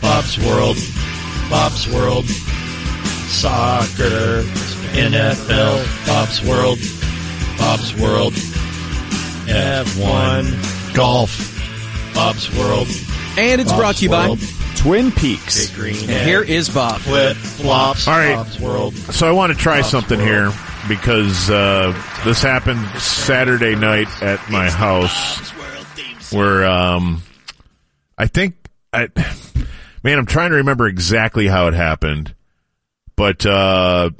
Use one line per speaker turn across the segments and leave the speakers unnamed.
Bob's World, Bob's World, soccer, NFL, Bob's World, Bob's World, F1, golf, Bob's World.
And it's
Bob's
brought to you
World,
by Twin Peaks.
Big Green
and
Egg.
here is Bob.
flip flops.
All right.
Bob's World.
So I want to try
Bob's
something
World.
here because uh, this happened Saturday night at my house, where um, I think I, man, I'm trying to remember exactly how it happened, but uh,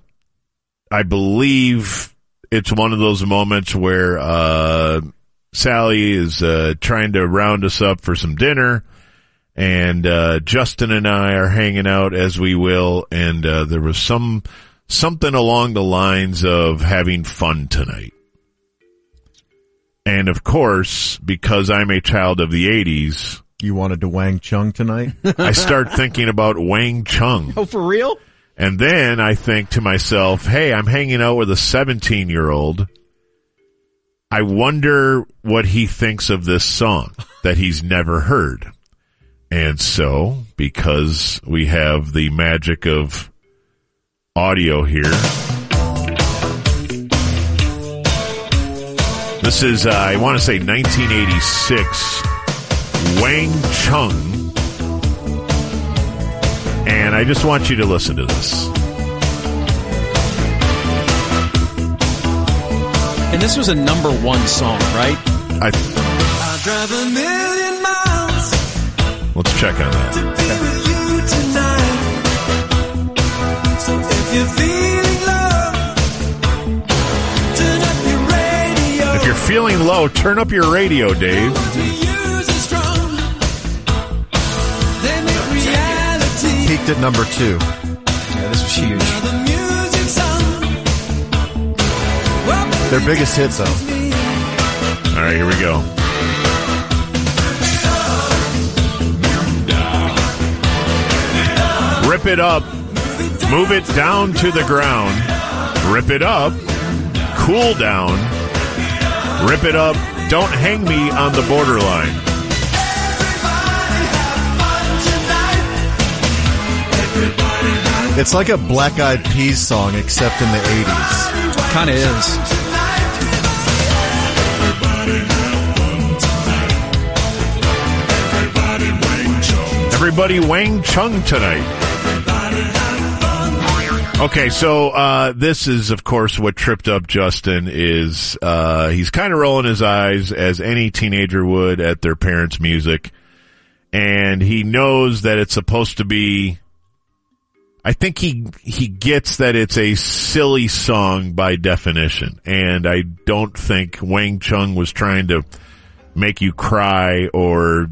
I believe it's one of those moments where uh, Sally is uh, trying to round us up for some dinner and uh, Justin and I are hanging out as we will, and uh, there was some something along the lines of having fun tonight. And of course, because I'm a child of the '80s,
You wanted to Wang Chung tonight?
I start thinking about Wang Chung,
Oh, for real?
and then I think to myself, "Hey, I'm hanging out with a 17 year old. I wonder what he thinks of this song that he's never heard." And so, because we have the magic of audio here, this is, uh, I want to say 1986, Wang Chung. And I just want you to listen to this.
And this was a number one song, right?
I, let's check on that. If you're feeling low, turn up your radio, Dave.
Peaked at number two.
Yeah, this was huge.
Their biggest hit, though.
All right, here we go. Rip it up. Move it down to the ground. Rip it up. Cool down. Rip it up. Don't hang me on the borderline.
It's like a Black Eyed Peas song, except in the 80s.
Kind of is.
Everybody Wang Chung tonight. Okay, so uh, this is, of course, what tripped up Justin is uh, he's kind of rolling his eyes as any teenager would at their parents' music, and he knows that it's supposed to be. I think he he gets that it's a silly song by definition, and I don't think Wang Chung was trying to make you cry or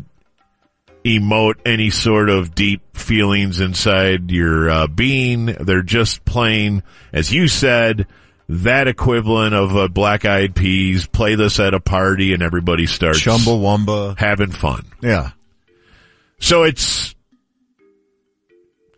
emote any sort of deep feelings inside your uh, being. They're just playing, as you said, that equivalent of a Black Eyed Peas. Play this at a party, and everybody starts
Chumbawamba.
having fun.
Yeah.
So it's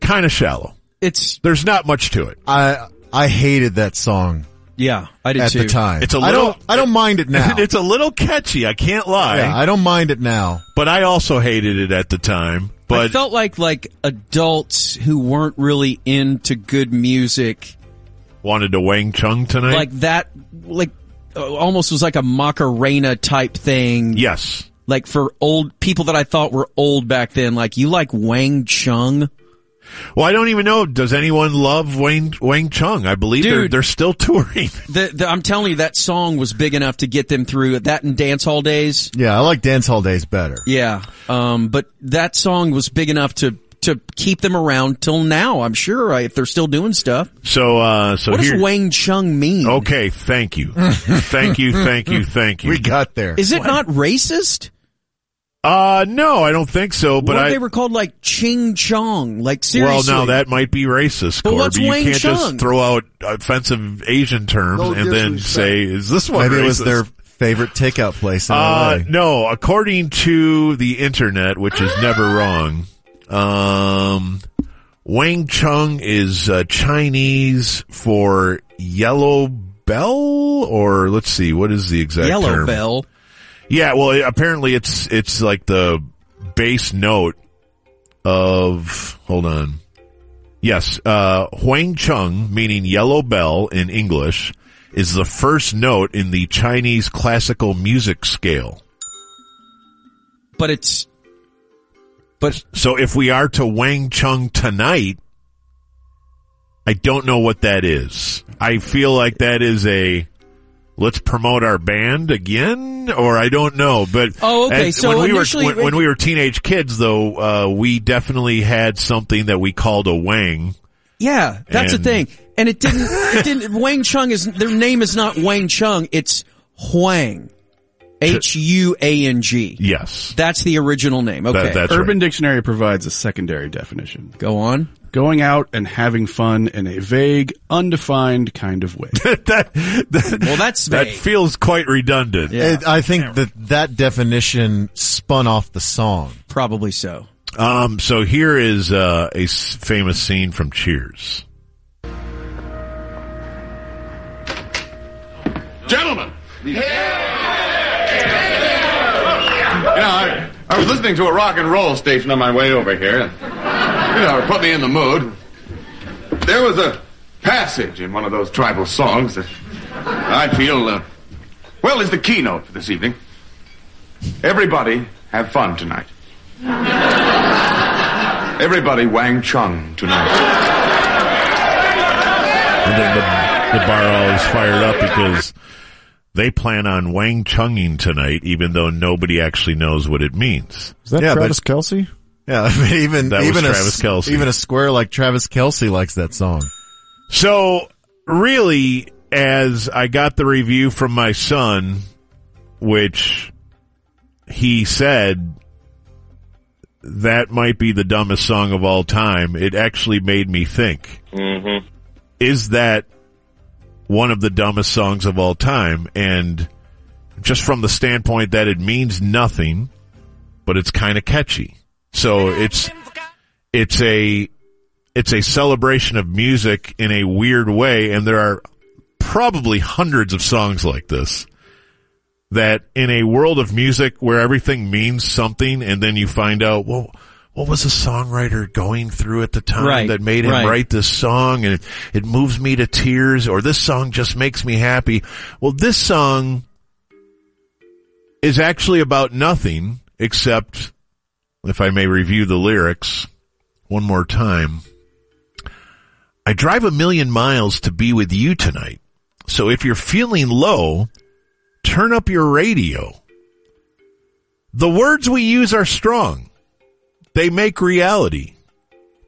kind of shallow.
It's,
There's not much to it.
I I hated that song
yeah, I did
at
too.
the time.
It's a
I
little-
don't I don't mind it now.
It's a little catchy. I can't lie,
yeah, I don't mind it now.
but I also hated it at the time.
I
But
felt like like adults who weren't really into good music,
wanted to Wang Chung tonight.
like that, like uh, almost was like a Macarena type thing.
yes,
Like for old people that I thought were old back then, like you like Wang Chung.
Well, I don't even know. Does anyone love Wang Wang Chung? I believe they're
Dude.
they're still touring.
The, the, I'm telling you, that song was big enough to get them through that and dance hall days.
Yeah, I like Dance Hall Days better.
Yeah. Um, but that song was big enough to, to keep them around till now, I'm sure, if they're still doing stuff.
So uh so
What
here. Oh,
does Wang Chung mean?
okay, thank you, thank you, thank you, thank you.
We got there.
Is it not racist?
uh no, I don't think so.
what
But
if
I
they were called like Ching Chong. Like
well
seriously.
now that might be racist.
But
Corby.
what's
you
Wang
can't
Chung?
just throw out offensive Asian terms
No
and then
disrespect.
say is this one
Maybe it was
racist?
their favorite takeout place in LA.
Uh, no, according to the internet, which is never
Ah!
wrong, um, Wang Chung is uh, Chinese for yellow bell, or let's see, what is the exact
Yellow
term?
Bell.
Yeah, well, it- apparently it's it's like the bass note of hold on. Yes, uh, Huang Chung, meaning yellow bell in English, is the first note in the Chinese classical music scale.
But it's but
So if we are to Wang Chung tonight, I don't know what that is. I feel like that is a let's promote our band again, or I don't know. But
Oh, okay,
as-
so
when we were
initially-
when, when we were teenage kids, though, uh, we definitely had something that we called a Wang.
yeah, that's
And-
the thing. And it didn't it didn't Wang Chung is their name is not Wang Chung, it's Huang. H U A N G.
Yes,
That's the original name. Okay.
that, that's right.
Urban Dictionary provides a secondary definition.
Go on.
Going out and having fun in a vague, undefined kind of way.
that, that-
Well, that's
that
vague.
feels quite redundant.
Yeah.
It- I think that that definition spun off the song.
Probably so.
Um, so here is uh, a s- famous scene from Cheers.
Gentlemen! You know, I, I was listening to a rock and roll station on my way over here. and, You know, it put me in the mood. There was a passage in one of those tribal songs that I feel, uh, well, is the keynote for this evening. Everybody have fun tonight. Everybody Wang Chung tonight.
And then the, the bar all is fired up because they plan on Wang Chunging tonight, even though nobody actually knows what it means.
Is that
Yeah,
Travis Kelsey? Yeah, I mean, even
That was
even a,
Travis Kelce.
even a square like Travis Kelsey likes that song.
So, really, as I got the review from my son, which he said that might be the dumbest song of all time, it actually made me think is that one of the dumbest songs of all time? And just from the standpoint that it means nothing, but it's kind of catchy. So it's it's a it's a celebration of music in a weird way, and there are probably hundreds of songs like this. That in a world of music where everything means something, and then you find out, well, what was the songwriter going through at the time
Right,
that made him
right.
write this song, and it, it moves me to tears, or this song just makes me happy. Well, this song is actually about nothing except, if I may review the lyrics one more time. I drive a million miles to be with you tonight. So if you're feeling low, turn up your radio. The words we use are strong. They make reality.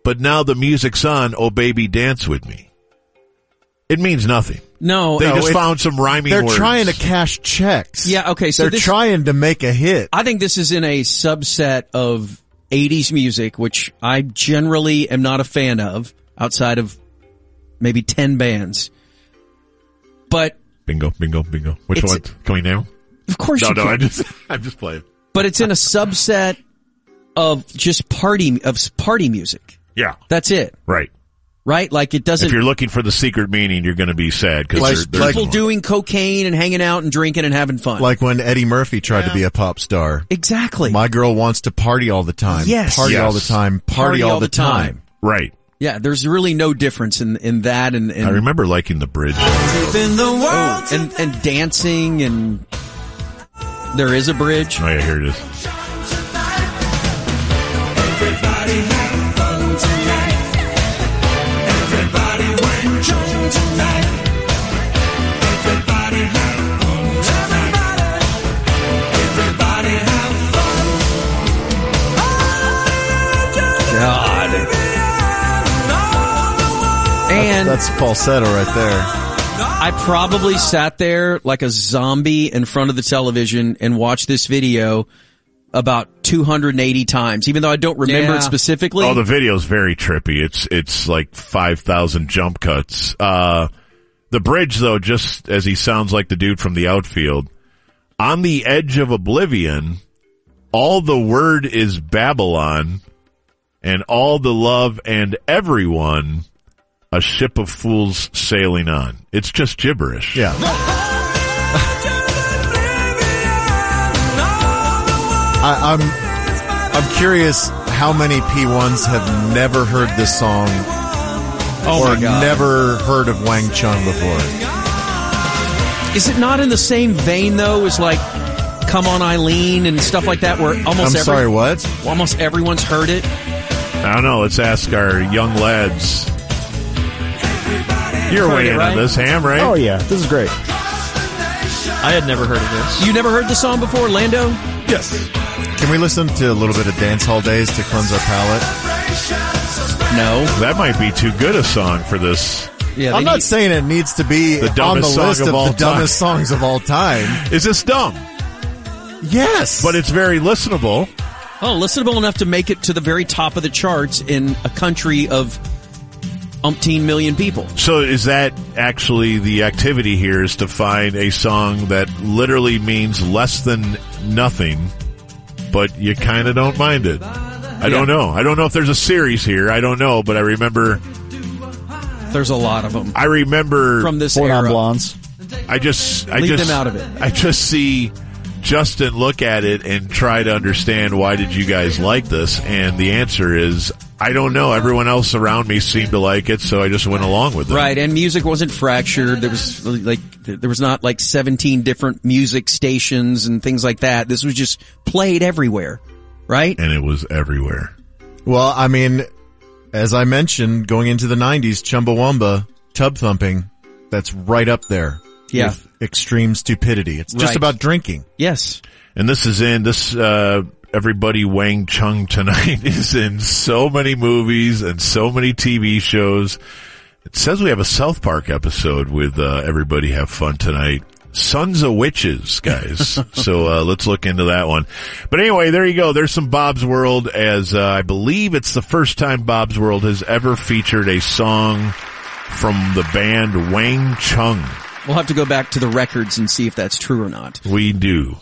But now the music's on, oh baby, dance with me. It means nothing.
No.
They
no,
just
it's-
found some rhyming
They're
words.
trying to cash checks.
Yeah, okay, so
they're
this-
trying to make a hit.
I think this is in a subset of 80s music, which I generally am not a fan of outside of maybe 10 bands. But
Bingo, bingo, bingo. Which
It's-
one? Can we now?
of course
No,
you
no,
can.
I just I'm just playing.
but it's in a subset of just party of party music.
Yeah.
That's it,
Right.
right? Like it doesn't
If you're looking for the secret meaning, you're going to be sad because
Like-
they're,
like-
people doing cocaine and hanging out and drinking and having fun.
Like when Eddie Murphy tried to be a pop star.
exactly.
My girl wants to party all the time.
Yes.
Party
Yes.
all the time. Party, all, the time.
right.
Yeah, there's really no difference in in that and and,
I remember liking the bridge.
oh, and and dancing and there is a bridge.
Oh yeah, here it is.
And
That's falsetto right there.
I probably sat there like a zombie in front of the television and watched this video about 280 times, even though I don't remember
Yeah.
it specifically.
Oh, the video's very trippy. It's it's like five thousand jump cuts. Uh, the bridge though, just as he sounds like the dude from the outfield, on the edge of oblivion, all the word is Babylon, and all the love and everyone, a ship of fools sailing on. It's just gibberish.
Yeah. I, I'm I'm curious how many P1s have never heard this song
Oh
or
my God.
never heard of Wang Chung before?
Is it not in the same vein though as like "Come On Eileen" and stuff like that, where almost
I'm
every,
sorry, what?
almost everyone's heard it?
I don't know. Let's ask our young lads. You're
Heard it,
waiting
right?
on this ham, right?
Oh yeah, this is great.
I had never heard of this.
You never heard the song before, Lando?
Can we listen to a little bit of Dance Hall Days to cleanse our palate?
No.
That might be too good a song for this.
Yeah,
I'm
they
not
need-
saying it needs to be
The
on the
dumbest song
list
of
of,
all
the dumbest songs of all time.
Is this dumb?
Yes,
But it's very listenable.
Oh, listenable enough to make it to the very top of the charts in a country of umpteen million people.
So is that actually the activity here is to find a song that literally means less than nothing, but you kind of don't mind it. I don't
Yeah.
know. I don't know if there's a series here. I don't know, but I remember
There's a lot of them
I remember
from this
Born on
era.
Blondes.
I just I
Leave
just
them out of it.
I just see Justin look at it and try to understand why did you guys like this and the answer is I don't know. Everyone else around me seemed to like it, so I just went along with it.
Right, and music wasn't fractured. There was like there was not like 17 different music stations and things like that. This was just played everywhere, right?
And it was everywhere.
Well, I mean, as I mentioned, going into the 90s, Chumbawamba, tub thumping, that's right up there.
Yeah.
With extreme stupidity. It's just
Right.
about drinking.
Yes.
And this is in this uh everybody Wang Chung tonight is in so many movies and so many TV shows. It says we have a South Park episode with uh, everybody have fun tonight. Sons of Witches, guys. so uh, let's look into that one. But anyway, there you go. There's some Bob's World as uh, I believe it's the first time Bob's World has ever featured a song from the band Wang Chung.
We'll have to go back to the records and see if that's true or not.
We do.